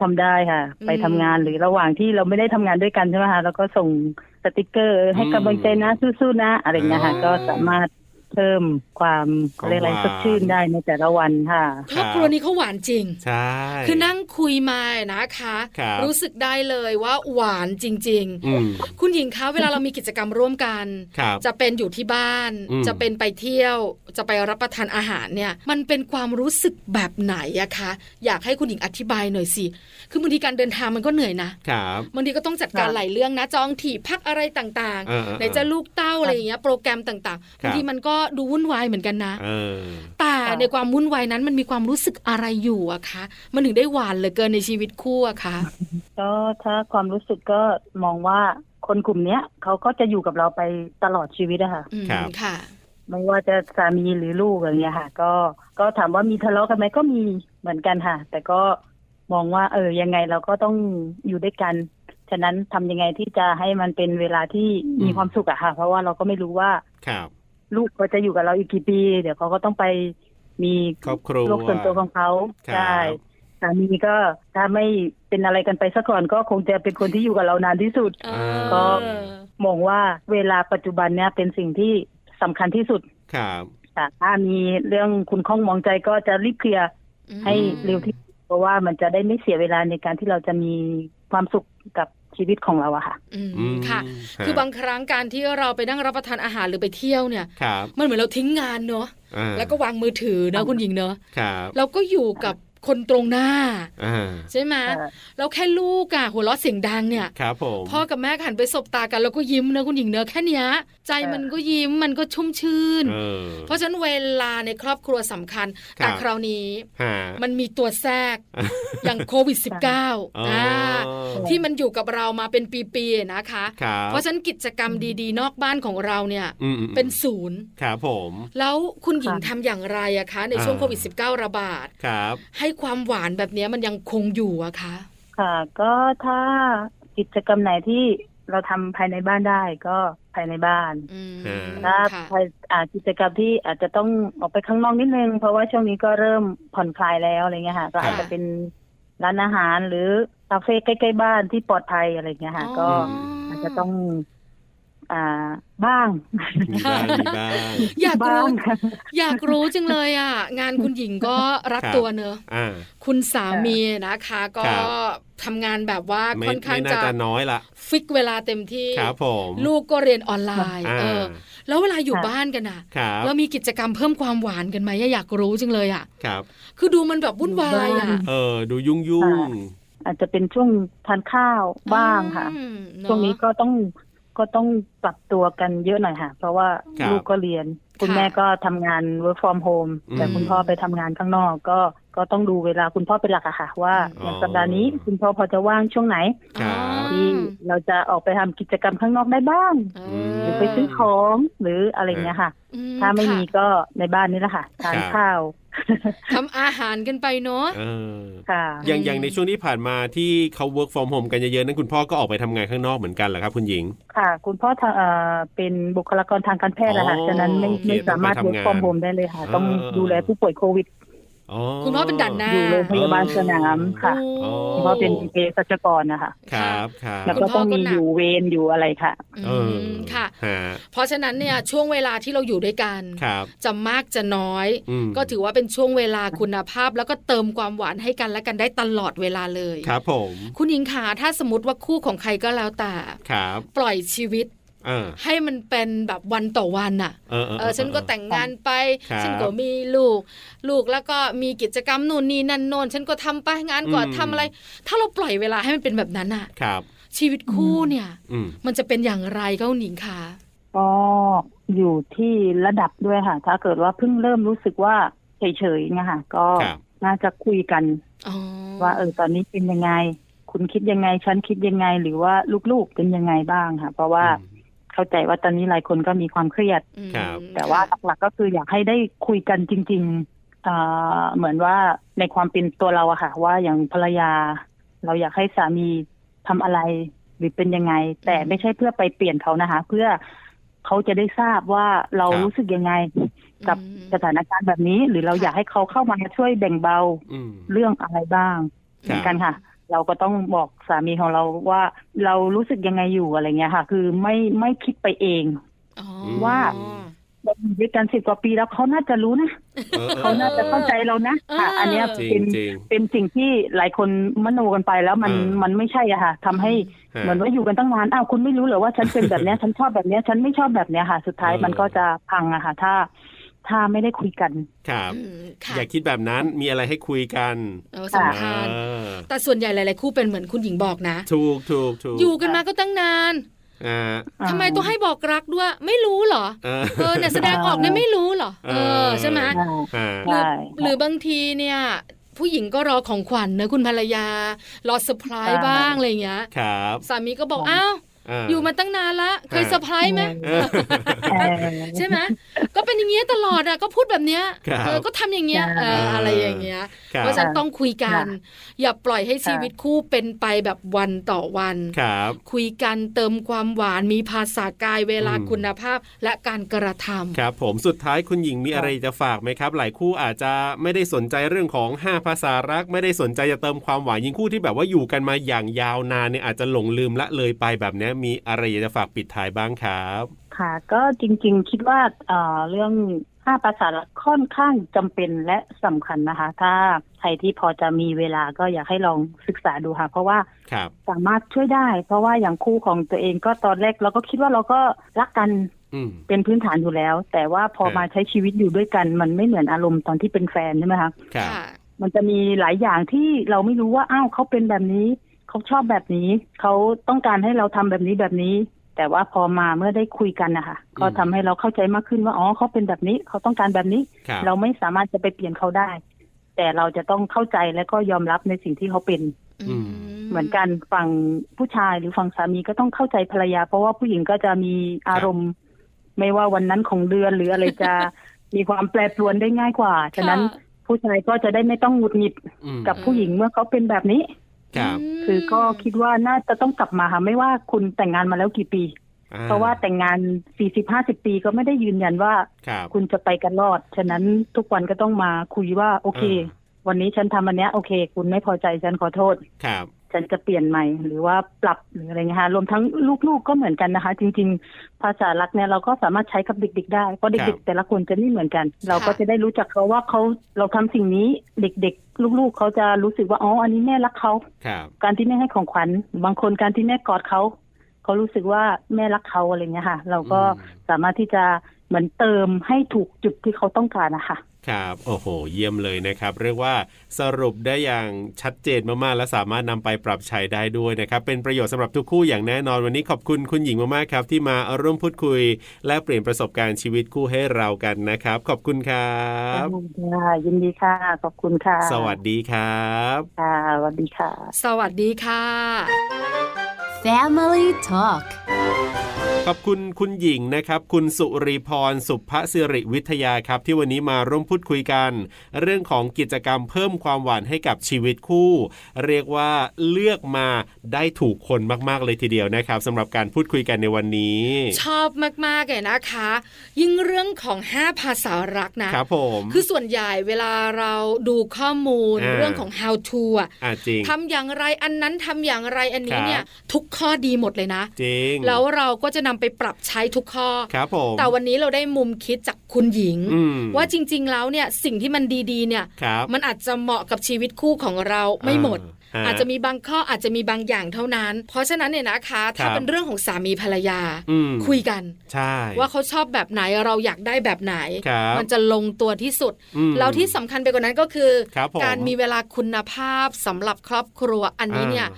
Speaker 5: ทำได้ค่ะ ไปทำงานหรือระหว่างที่เราไม่ได้ทำงานด้วยกันใช่ไหมคะเราก็ส่งสติกเกอร์ ให้กำลังใจนะสู้ๆนะ อะไรเงี้ยค่ะ ก็สามารถเพิ่มความอะไรยกอะไรสดชื่นได้ในแต่ละวันค่ะ
Speaker 1: ครอบครัวนี้เขาหวานจริง
Speaker 2: ใช่
Speaker 1: คือนั่งคุยมานะคะ
Speaker 2: ครับ
Speaker 1: รู้สึกได้เลยว่าหวานจริง
Speaker 2: อืม
Speaker 1: ๆ คุณหญิงคะเวลาเรามีกิจกรรมร่วมกัน
Speaker 2: ครับ
Speaker 1: จะเป็นอยู่ที่บ้าน
Speaker 2: อืม
Speaker 1: จะเป็นไปเที่ยว จะไปรับประทานอาหารเนี่ย มันเป็นความรู้สึกแบบไหนอะคะ อยากให้คุณหญิงอธิบายหน่อยสิ คือบางทีการเดินทางมันก็เหนื่อยนะครับ บางทีก็ต้องจัดการ
Speaker 5: ค่ะ
Speaker 1: หลายเรื่องนะ จองที่พักอะไรต่าง
Speaker 2: เออเออเอ
Speaker 1: ๆ
Speaker 2: อ
Speaker 1: ไหนจะลูกเต้าอะไรอย่างเงี้ย โปรแกรมต่าง
Speaker 2: ครั
Speaker 1: ๆา
Speaker 2: บบ
Speaker 1: งทีมันก็ดูวุ่นวายเหมือนกันนะ
Speaker 2: เออ
Speaker 1: แต่ในความวุ่นวายนั้นมันมีความรู้สึกอะไรอยู่อะคะ มันถึงได้หวานเหลือเกินในชีวิตคู่อะคะ
Speaker 5: ก็ถ้าความรู้สึกก็มองว่าคนกลุ่มเนี้ยเขาก็จะอยู่กับเราไปตลอดชีวิตอะค่ะ
Speaker 1: อืม
Speaker 2: ครับ
Speaker 1: ค่ะ
Speaker 5: ไม่ว่าจะสามีหรือลูกอะไรเงี้ยค่ะ ก็ก็ถามว่ามีทะเลาะกันไหมก็มีเหมือนกันค่ะ แต่ก็มองว่า เออยังไงเราก็ต้องอยู่ด้วยกัน ฉะนั้นทำยังไงที่จะให้มันเป็นเวลาที่มี
Speaker 2: อืม
Speaker 5: ความสุขอะค่ะ เพราะว่าเราก็ไม่รู้ว่า
Speaker 2: ครับ
Speaker 5: ลูกเขาจะอยู่กับเราอีกกี่ปี เดี๋ยวเขาก็ต้องไปมี
Speaker 2: ครอบครัว
Speaker 5: โลกส่วนตัวของเขา
Speaker 2: ครับ
Speaker 5: ใช่สามีก็ถ้าไม่เป็นอะไรกันไปซะก่อนก็คงจะเป็นคนที่อยู่กับเรานานที่สุด
Speaker 1: เอ
Speaker 5: ก็
Speaker 1: อ
Speaker 5: มองว่าเวลาปัจจุบันเนี่ยเป็นสิ่งที่สำคัญที่สุด
Speaker 2: ครับ
Speaker 5: ค่ะถ้ามีเรื่องคุณข้องมองใจก็จะรีบเคลียร์ให้เร็วที่สุดเพราะว่ามันจะได้ไม่เสียเวลาในการที่เราจะมีความสุขกับชีวิตของเราอะค่ะ
Speaker 1: อืม
Speaker 2: อืม
Speaker 1: ค่ะ
Speaker 2: ฮะ
Speaker 1: คือบางครั้งการที่เราไปนั่งรับประทานอาหารหรือไปเที่ยวเนี่ย
Speaker 2: ครับ
Speaker 1: มันเหมือนเราทิ้งงานเนอะ
Speaker 2: อ่า
Speaker 1: แล้วก็วางมือถือเนอะคุณหญิงเนอะ
Speaker 2: ครับ
Speaker 1: เราก็อยู่กับคนตรงหน้า
Speaker 2: อ่า
Speaker 1: ใช่ไหม
Speaker 5: ใช่
Speaker 1: เราแค่ลูกอะหัวเราะเสียงดังเนี่ย
Speaker 2: ครับผม
Speaker 1: พ่อกับแม่หันไปสบตากันแล้วก็ยิ้มเนอะคุณหญิงเนอะแค่เนี้ย ใจมันก็ยิ้มมันก็ชุ่มชื่น
Speaker 2: เออ
Speaker 1: เพราะฉะนั้นเวลาในครอบครัวสำคัญ
Speaker 2: ครับ
Speaker 1: แต่คราวนี้
Speaker 2: ฮะ
Speaker 1: มันมีตัวแทรกอย่างโควิด -19
Speaker 2: [laughs] อ๋อ
Speaker 1: อ่า
Speaker 5: อ
Speaker 1: ที่มันอยู่กับเรามาเป็นปีๆนะคะ
Speaker 2: ครับ
Speaker 1: เพราะฉะนั้นกิจกรรมดีๆ นอกบ้านของเราเนี่ย
Speaker 2: อืมอืม
Speaker 1: เป็นศูนย์
Speaker 2: ครับผม
Speaker 1: แล้วคุณหญิง
Speaker 5: ค่ะ
Speaker 1: ทำอย่างไรอะคะ ในช่วง
Speaker 2: อ่า
Speaker 1: โควิด -19 ระบาด
Speaker 2: ครับ
Speaker 1: ให้ความหวานแบบเนี้ยมันยังคงอยู่อะคะ
Speaker 5: ค่ะ ก็ถ้ากิจกรรมไหนที่เราทำภายในบ้านได้ก็ภายในบ้าน
Speaker 1: อืม
Speaker 2: อ่า
Speaker 5: ถ้า
Speaker 1: ค่ะ
Speaker 5: ภายอ่ากิจกรรมที่อาจจะต้องออกไปข้างนอกนิดนึง เพราะว่าช่วงนี้ก็เริ่มผ่อนคลายแล้วอะไรเงี้ยค่ะก็อาจจะเป็นร้านอาหารหรือคาเฟ่ใกล้ๆบ้านที่ปลอดภัยอะไรเงี้ยค่ะ ก็ อาจจะต้อง อ่าบ้าง [laughs]
Speaker 2: มี
Speaker 1: [laughs]
Speaker 2: บ้างมีบ้าง
Speaker 1: อยาก
Speaker 5: บ้า
Speaker 1: รู้
Speaker 5: ง [laughs]
Speaker 1: อยากรู้จังเลยอะงานคุณหญิงก็รัด
Speaker 2: ครับ
Speaker 1: ตัวเนอะ
Speaker 2: อ่า
Speaker 1: คุณสามีนะคะ ก็
Speaker 2: ครับ
Speaker 1: ทำงานแบบว่า
Speaker 2: ไม่
Speaker 1: ค่อนข้า
Speaker 2: ไม่
Speaker 1: ง
Speaker 2: น่า
Speaker 1: จะ
Speaker 2: จะน้อยละ
Speaker 1: ฟิกเวลาเต็มที่
Speaker 2: ครับผม
Speaker 1: ลูกก็เรียนออนไลน์
Speaker 2: อ่า
Speaker 1: เออ แล้วเวลาอยู่
Speaker 5: ค่ะ
Speaker 1: บ้านกันอะ
Speaker 2: ครับ
Speaker 1: เรามีกิจกรรมเพิ่มความหวานกันไหมอะอยากรู้จังเลยอะ
Speaker 2: ครับ
Speaker 1: คือดูมันแบบวุ่นวายอะ
Speaker 2: เออ ดูยุ่งยุ่ง
Speaker 5: อาจจะเป็นช่วงทานข้าวบ้างค่ะ
Speaker 1: อืมเอะ
Speaker 5: ช่วงนี้ก็ต้องก็ต้องปรับตัวกันเยอะหน่อยค่ะ เพราะว่า
Speaker 2: ครับ
Speaker 5: ลูกก็เรียน คุณแม่ก็ทำงาน work from home
Speaker 2: อืม
Speaker 5: แต่คุณพ่อไปทำงานข้างนอก ก็ก็ต้องดูเวลาคุณพ่อเป็นหลักอะค่ะ ว่า
Speaker 2: อ๋ออ
Speaker 5: อย่างสัปดาห์นี้คุณพ่อพอจะว่างช่วงไหน
Speaker 2: ครับ
Speaker 1: อ๋อ
Speaker 5: ที่เราจะออกไปทำกิจกรรมข้างนอกได้บ้าง
Speaker 1: เอ
Speaker 5: หรือไปซื้อของหรืออะไรเงี้ยค่ะ
Speaker 1: อื
Speaker 5: ถ้าไม่มี
Speaker 1: ค่ะ
Speaker 5: ก็ในบ้านนี่แหละค่ะทา
Speaker 2: ค
Speaker 5: น
Speaker 2: รับ
Speaker 5: ข้าว
Speaker 1: ทำอาหารกันไปเนาะ
Speaker 2: เออ
Speaker 5: ค่ะ
Speaker 2: อย่างอย่างในช่วงที่ผ่านมาที่เขา work from home กันเยอะๆนั้นคุณพ่อก็ออกไปทำงานข้างนอกเหมือนกันเหรอครับ คุณหญิง
Speaker 5: ค่ะ คุณพ่อทำเอ่อเป็นบุคลากรทางการแพทย์นะคะ
Speaker 2: อ๋อ
Speaker 5: ฉะนั้นไม่
Speaker 2: โอเค
Speaker 5: ไม่สามารถ
Speaker 2: ต้
Speaker 5: เวิ
Speaker 2: องไปทำ
Speaker 5: ร์ก
Speaker 2: งาน
Speaker 5: ฟอร์มโฮมได้เลยค่ะ
Speaker 2: เออ
Speaker 5: ต้อง
Speaker 2: เออเออ
Speaker 5: ดูแลผู้ป่วยโควิด
Speaker 2: อ๋อ
Speaker 1: คุณพ่อเป็นด่านหน้า
Speaker 5: อยู่โรงพยาบาลสนามค่ะ
Speaker 1: โอ้
Speaker 5: คุณพ่อเป็นเภสัชกรนะคะ
Speaker 2: ครับครับ
Speaker 5: แล้วก็ต้องมีอยู่เวรอยู่อะไรค่ะ
Speaker 1: อื
Speaker 2: เออ
Speaker 1: มค่ะ
Speaker 2: ฮะ
Speaker 1: เพราะฉะนั้นเนี่ยช่วงเวลาที่เราอยู่ด้วยกัน
Speaker 2: ครับ
Speaker 1: จะมากจะน้อย
Speaker 2: อืม
Speaker 1: ก็ถือว่าเป็นช่วงเวลาคุณภาพ แล้วก็เติมความหวานให้กันและกันได้ตลอดเวลาเลย
Speaker 2: ครับผม
Speaker 1: คุณหญิงขาถ้าสมมติว่าคู่ของใครก็แล้วแต่
Speaker 2: ครับ
Speaker 1: ปล่อยชีวิต
Speaker 2: เออ
Speaker 1: ให้มันเป็นแบบวันต่อวันน่ะ
Speaker 2: เออเออ
Speaker 1: เอ
Speaker 2: เอ
Speaker 1: อ
Speaker 2: อ
Speaker 1: ฉันก็แต่งงานไป
Speaker 2: ครับ
Speaker 1: ฉันก็มีลูก ลูกแล้วก็มีกิจกรรมนู่นนี่นั่นโน่นฉันก็ทำไปงานก่อนทำอะไร ถ้าเราปล่อยเวลาให้มันเป็นแบบนั้นน่ะ
Speaker 2: ครับ
Speaker 1: ชีวิตคู่เนี่ย
Speaker 2: อืม
Speaker 1: มันจะเป็นอย่างไรก็หนิงค่ะ
Speaker 5: ก็อยู่ที่ระดับด้วยค่ะ ถ้าเกิดว่าเพิ่งเริ่มรู้สึกว่าเฉยๆเนี่ยค่ะ ก็
Speaker 2: ครับ
Speaker 5: น่าจะคุยกัน
Speaker 1: อ๋อ
Speaker 5: ว่าเออตอนนี้เป็นยังไง คุณคิดยังไง ฉันคิดยังไง หรือว่าลูกๆเป็นยังไงบ้างค่ะ เพราะว่า
Speaker 2: อืม
Speaker 5: เข้าใจว่าตอนนี้หลายคนก็มีความเครียด
Speaker 1: ม
Speaker 2: ครับ
Speaker 5: แต่ว่าหลักๆก็คืออยากให้ได้คุยกันจริงๆอ่าเหมือนว่าในความเป็นตัวเราอะค่ะ ว่าอย่างภรรยา เราอยากให้สามีทำอะไร หรือเป็นยังไง แต่ไม่ใช่เพื่อไปเปลี่ยนเขานะคะ เพื่อเขาจะได้ทราบว่าเรา
Speaker 2: ครับ
Speaker 5: รู้สึกยังไง กับ
Speaker 1: อืม
Speaker 5: สถานการณ์แบบนี้ หรือเรา
Speaker 1: ค่ะ
Speaker 5: อยากให้เขาเข้ามาช่วยแบ่งเบา
Speaker 2: อืม
Speaker 5: เรื่องอะไรบ้างเห
Speaker 2: ครับ
Speaker 5: มือนกันค่ะ เราก็ต้องบอกสามีของเราว่าเรารู้สึกยังไงอยู่อะไรเงี้ยค่ะ คือไม่ไม่คิดไปเอง
Speaker 1: อ๋อ
Speaker 5: ว่า เราอยู่ด้วยกันสิบกว่าปีแล้วเขาน่าจะรู้นะ
Speaker 2: ออออ
Speaker 5: เขาน่าจะเข้าใจเรานะค่ะ อันเนี้ย
Speaker 2: จริง
Speaker 5: เป็
Speaker 2: จ
Speaker 5: น
Speaker 2: ริง
Speaker 5: เป็นสิ่งที่หลายคนมโนกันไปแล้วมัน
Speaker 2: เออ
Speaker 5: มันไม่ใช่อะค่ะทำให้
Speaker 2: ฮะ
Speaker 5: เหมือนว่าอยู่กันตั้งนานอ้าวคุณไม่รู้เหรอว่าฉันเป็นแบบเนี้ย [laughs] ฉันชอบแบบเนี้ย ฉันไม่ชอบแบบเนี้ยค่ะ สุดท้าย
Speaker 2: เออ
Speaker 5: มันก็จะพังอะค่ะ ถ้าถ้าไม่ได้คุยกัน
Speaker 2: ครับ
Speaker 1: อืมค่ะ
Speaker 2: อย่าคิดแบบนั้นมีอะไรให้คุยกัน
Speaker 1: เออสำคัญ
Speaker 2: เออ
Speaker 1: แต่ส่วนใหญ่หลาย ๆ คู่เป็นเหมือนคุณหญิงบอกนะ
Speaker 2: ถูกถูกถูก
Speaker 1: อยู่กันมาก็ตั้งนาน
Speaker 2: อ่า
Speaker 1: ทำไมต้องให้บอกรักด้วย ไม่รู้เหรอ
Speaker 2: เออ
Speaker 1: เออเนี่ยแสดงออกเนี่ยไม่รู้เหรอ เอ
Speaker 2: เอ
Speaker 1: อ
Speaker 2: อ
Speaker 1: ใช่ไหม
Speaker 5: อ่า
Speaker 1: หรื
Speaker 2: ฮะ
Speaker 1: อ
Speaker 5: ใช่
Speaker 1: หรือบางทีเนี่ย ผู้หญิงก็รอของขวัญเนอะคุณภรรยา รอเซอร์ไพร
Speaker 5: ใช่
Speaker 1: ส์บ้างอะไรอย่างเงี้ย
Speaker 2: ครับ
Speaker 1: สามีก็บอกอ้าว
Speaker 2: า
Speaker 1: อยู่มาตั้งนานละเคยเซอร์ไพรส์ไหม
Speaker 2: เออ
Speaker 5: เออ
Speaker 1: ใช่ไหม ก็เป็นอย่างเงี้ยตลอดอ่ะก็พูดแบบเนี้ย
Speaker 2: ครับ
Speaker 1: เออก็ทำอย่างเงี้ย
Speaker 5: ใช่
Speaker 1: เอออะไรอย่างเงี้ย
Speaker 2: ครับ
Speaker 1: เพราะฉะนั้นต้องคุยกัน อย่าปล่อยให้ชีวิตคู่เป็นไปแบบวันต่อวัน
Speaker 2: ครับ
Speaker 1: คุยกันเติมความหวานมีภาษากายเวลา
Speaker 2: อืม
Speaker 1: คุณภาพและการกระท
Speaker 2: ครับ ผมสุดท้ายคุณหญิงมี
Speaker 5: ครับ
Speaker 2: อะไรจะฝากไหมครับ หลายคู่อาจจะไม่ได้สนใจเรื่องของ 5 ภาษารัก ไม่ได้สนใจจะเติมความหวานยิ่งคู่ที่แบบว่าอยู่กันมาอย่างยาวนานเนี่ยอาจจะหลงลืมละเลยไปแบบเนี้ยมีอะไรอยากจะฝากปิดท้ายบ้างครับ
Speaker 5: ค่ะ ก็จริง ๆ คิดว่าเอ่อเรื่องค่าภาษาค่อนข้างจำเป็นและสำคัญนะคะ ถ้าใครที่พอจะมีเวลาก็อยากให้ลองศึกษาดูค่ะ เพราะว่า
Speaker 2: ครับ
Speaker 5: สามารถช่วยได้ เพราะว่าอย่างคู่ของตัวเองก็ตอนแรกเราก็คิดว่าเราก็รักกัน
Speaker 2: อืม
Speaker 5: เป็นพื้นฐานอยู่แล้ว แต่ว่าพอ
Speaker 2: ครับ
Speaker 5: มาใช้ชีวิตอยู่ด้วยกัน มันไม่เหมือนอารมณ์ตอนที่เป็นแฟนใช่ไหมคะ
Speaker 1: ำ
Speaker 2: ครับ
Speaker 1: ค่ะ
Speaker 5: มันจะมีหลายอย่างที่เราไม่รู้ว่าอ้าวเขาเป็นแบบนี้เขาชอบแบบนี้เขาต้องการให้เราทำแบบนี้แบบนี้ แต่ว่าพอมาเมื่อได้คุยกันนะคะก็ทำให้เราเข้าใจมากขึ้นว่าอ๋อเขาเป็นแบบนี้เขาต้องการแบบนี้
Speaker 2: ครับ
Speaker 5: เราไม่สามารถจะไปเปลี่ยนเขาได้ แต่เราจะต้องเข้าใจและก็ยอมรับในสิ่งที่เขาเป็น
Speaker 1: อืม
Speaker 5: เหมือนกันฝั่งผู้ชายหรือฝั่งสามีก็ต้องเข้าใจภรรยา เพราะว่าผู้หญิงก็จะมีอารมณ์ ไม่ว่าวันนั้นของเดือนหรืออะไรจะ มีความแปรปรวนได้ง่ายกว่า ฉะนั้น
Speaker 1: ค่ะ
Speaker 5: ผู้ชายก็จะได้ไม่ต้องหงุดหงิด
Speaker 2: อืม
Speaker 5: กับผู้หญิงเมื่อเขาเป็นแบบนี้
Speaker 2: ครับ
Speaker 1: ม
Speaker 5: คือก็คิดว่าน่าจะต้องกลับมาค่ะไม่ว่าคุณแต่งงานมาแล้วกี่ปี
Speaker 2: อ่
Speaker 5: เพราะว่าแต่งงาน 40-50 ปีก็ไม่ได้ยืนยันว่า
Speaker 2: ครับ
Speaker 5: คุณจะไปกันรอด ฉะนั้นทุกวันก็ต้องมาคุยว่าโอเค
Speaker 2: เออ
Speaker 5: วันนี้ฉันทำอันเนี้ยโอเค คุณไม่พอใจฉันขอโทษ
Speaker 2: ครับ
Speaker 5: ฉันจะเปลี่ยนใหม่หรือว่าปรับหรืออะไรเงี้ยค่ะรวมทั้งลูกๆก็เหมือนกันนะคะ จริง ๆ ภาษารักเนี่ยเราก็สามารถใช้กับเด็ก ๆ ได้เพราะ
Speaker 2: ครั
Speaker 5: เด็ก
Speaker 2: บ
Speaker 5: ๆ แต่ละคนจะไม่เหมือนกัน เราก็จะได้รู้จักเขาว่าเขาเราทำสิ่งนี้เด็กๆ ลูกๆเขาจะรู้สึกว่าอ๋ออันนี้แม่รักเขา
Speaker 2: ครับ
Speaker 5: การที่แม่ให้ของขวัญบางคนการที่แม่กอดเขาเขารู้สึกว่าแม่รักเขาอะไรเงี้ยค่ะ เราก็
Speaker 2: อืม
Speaker 5: สามารถที่จะเหมือนเติมให้ถูกจุดที่เขาต้องการนะคะ
Speaker 2: ครับ โอ้โห เยี่ยมเลยนะครับ เรียกว่าสรุปได้อย่างชัดเจนมาก ๆ และสามารถนำไปปรับใช้ได้ด้วยนะครับ เป็นประโยชน์สำหรับทุกคู่อย่างแน่นอน วันนี้ขอบคุณคุณหญิงมาก ๆ ครับ ที่มาร่วมพูดคุย และเปลี่ยนประสบการณ์ชีวิตคู่ให้เรากันนะครับ ขอบคุณครับ
Speaker 5: ค่ะยินดีค่ะขอบคุณค่ะ
Speaker 2: สวัสดีครับ
Speaker 5: ค่ะสวัสดีค่ะ
Speaker 1: สวัสดีค่ะ
Speaker 4: Family Talk
Speaker 2: ขอบคุณคุณหญิงนะครับ คุณสุริพรสุภศิริวิทยาครับ ที่วันนี้มาร่วมพูดคุยกัน เรื่องของกิจกรรมเพิ่มความหวานให้กับชีวิตคู่ เรียกว่าเลือกมาได้ถูกคนมากๆเลยทีเดียวนะครับสำหรับการพูดคุยกันในวันนี้
Speaker 1: ชอบมากๆเลยนะคะ ยิ่งเรื่องของ 5 ภาษารักนะ
Speaker 2: ครับผม
Speaker 1: คือส่วนใหญ่เวลาเราดูข้อมูล
Speaker 2: อ่า
Speaker 1: เรื่องของ how to อะ
Speaker 2: อ่ะจริง
Speaker 1: ทำอย่างไรอันนั้นทำอย่างไรอัน
Speaker 2: ค
Speaker 1: นี้
Speaker 2: รับ
Speaker 1: เนี่ยทุกข้อดีหมดเลยนะ
Speaker 2: จริง
Speaker 1: แล้วเราก็จะนำไปปรับใช้ทุกข้อ
Speaker 2: ครับผม
Speaker 1: แต่วันนี้เราได้มุมคิดจากคุณหญิง
Speaker 2: อืม
Speaker 1: ว่าจริง ๆ แล้วเนี่ยสิ่งที่มันดีๆเนี่ย
Speaker 2: ครับ
Speaker 1: มันอาจจะเหมาะกับชีวิตคู่ของเราไม่หมด
Speaker 2: า
Speaker 1: อาจจะมีบางข้ออาจจะมีบางอย่างเท่านั้น เพราะฉะนั้นเนี่ยนะคะ ถ้า
Speaker 2: ครับ
Speaker 1: เป็นเรื่องของสามีภรรยา
Speaker 2: อืม
Speaker 1: คุยกัน
Speaker 2: ใช่
Speaker 1: ว่าเขาชอบแบบไหนเราอยากได้แบบไหน
Speaker 2: ครับ
Speaker 1: มันจะลงตัวที่สุด
Speaker 2: อืม
Speaker 1: แล้วที่สำคัญไปกว่านั้นก็คือ
Speaker 2: ครับผม
Speaker 1: การมีเวลาคุณภาพสำหรับครอบครัวอันนี้
Speaker 2: อ่า
Speaker 1: เนี่ย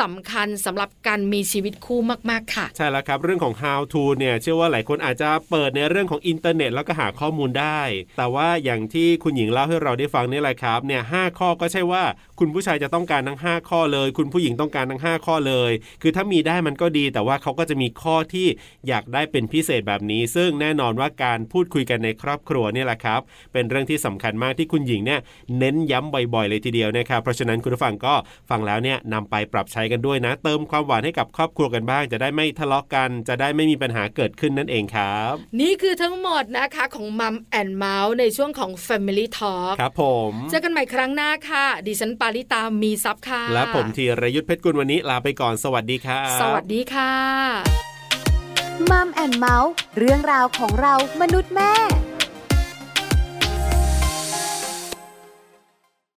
Speaker 1: สำคัญสำหรับการมีชีวิตคู่มากๆค่ะ
Speaker 2: ใช่แล้วครับเรื่องของ how to เนี่ยเชื่อว่าหลายคนอาจจะเปิดในเรื่องของอินเทอร์เน็ตแล้วก็หาข้อมูลได้ แต่ว่าอย่างที่คุณหญิงเล่าให้เราได้ฟังนี่แหละครับเนี่ยหข้อก็ใช่ว่าคุณผู้ชายจะต้องการทั้ง 5 ข้อเลย คุณผู้หญิงต้องการทั้ง 5 ข้อเลย คือถ้ามีได้มันก็ดี แต่ว่าเขาก็จะมีข้อที่อยากได้เป็นพิเศษแบบนี้ ซึ่งแน่นอนว่าการพูดคุยกันในครอบครัวเนี่ยแหละครับ เป็นเรื่องที่สำคัญมากที่คุณหญิงเนี่ยเน้นย้ำบ่อยๆเลยทีเดียวนะครับ เพราะฉะนั้นคุณผู้ฟังก็ฟังแล้วเนี่ยนำไปปรับใช้กันด้วยนะ เติมความหวานให้กับครอบครัวกันบ้าง จะได้ไม่ทะเลาะกัน จะได้ไม่มีปัญหาเกิดขึ้นนั่นเองครับ
Speaker 1: นี่คือทั้งหมดนะคะของมัมแอนเมาส์ในช่วงของ Family Talk
Speaker 2: ครับผม
Speaker 1: เจอกันใหม่ครั้งหน้าค่ะ ดิฉันปาริตามีซับค่ะ
Speaker 2: และผมธีรยุทธเพชรกุลวันนี้ลาไปก่อนสวัสดีครับ
Speaker 1: สวัสดีค่ะ
Speaker 4: มัมแอนเมาส์เรื่องราวของเรามนุษย์แม่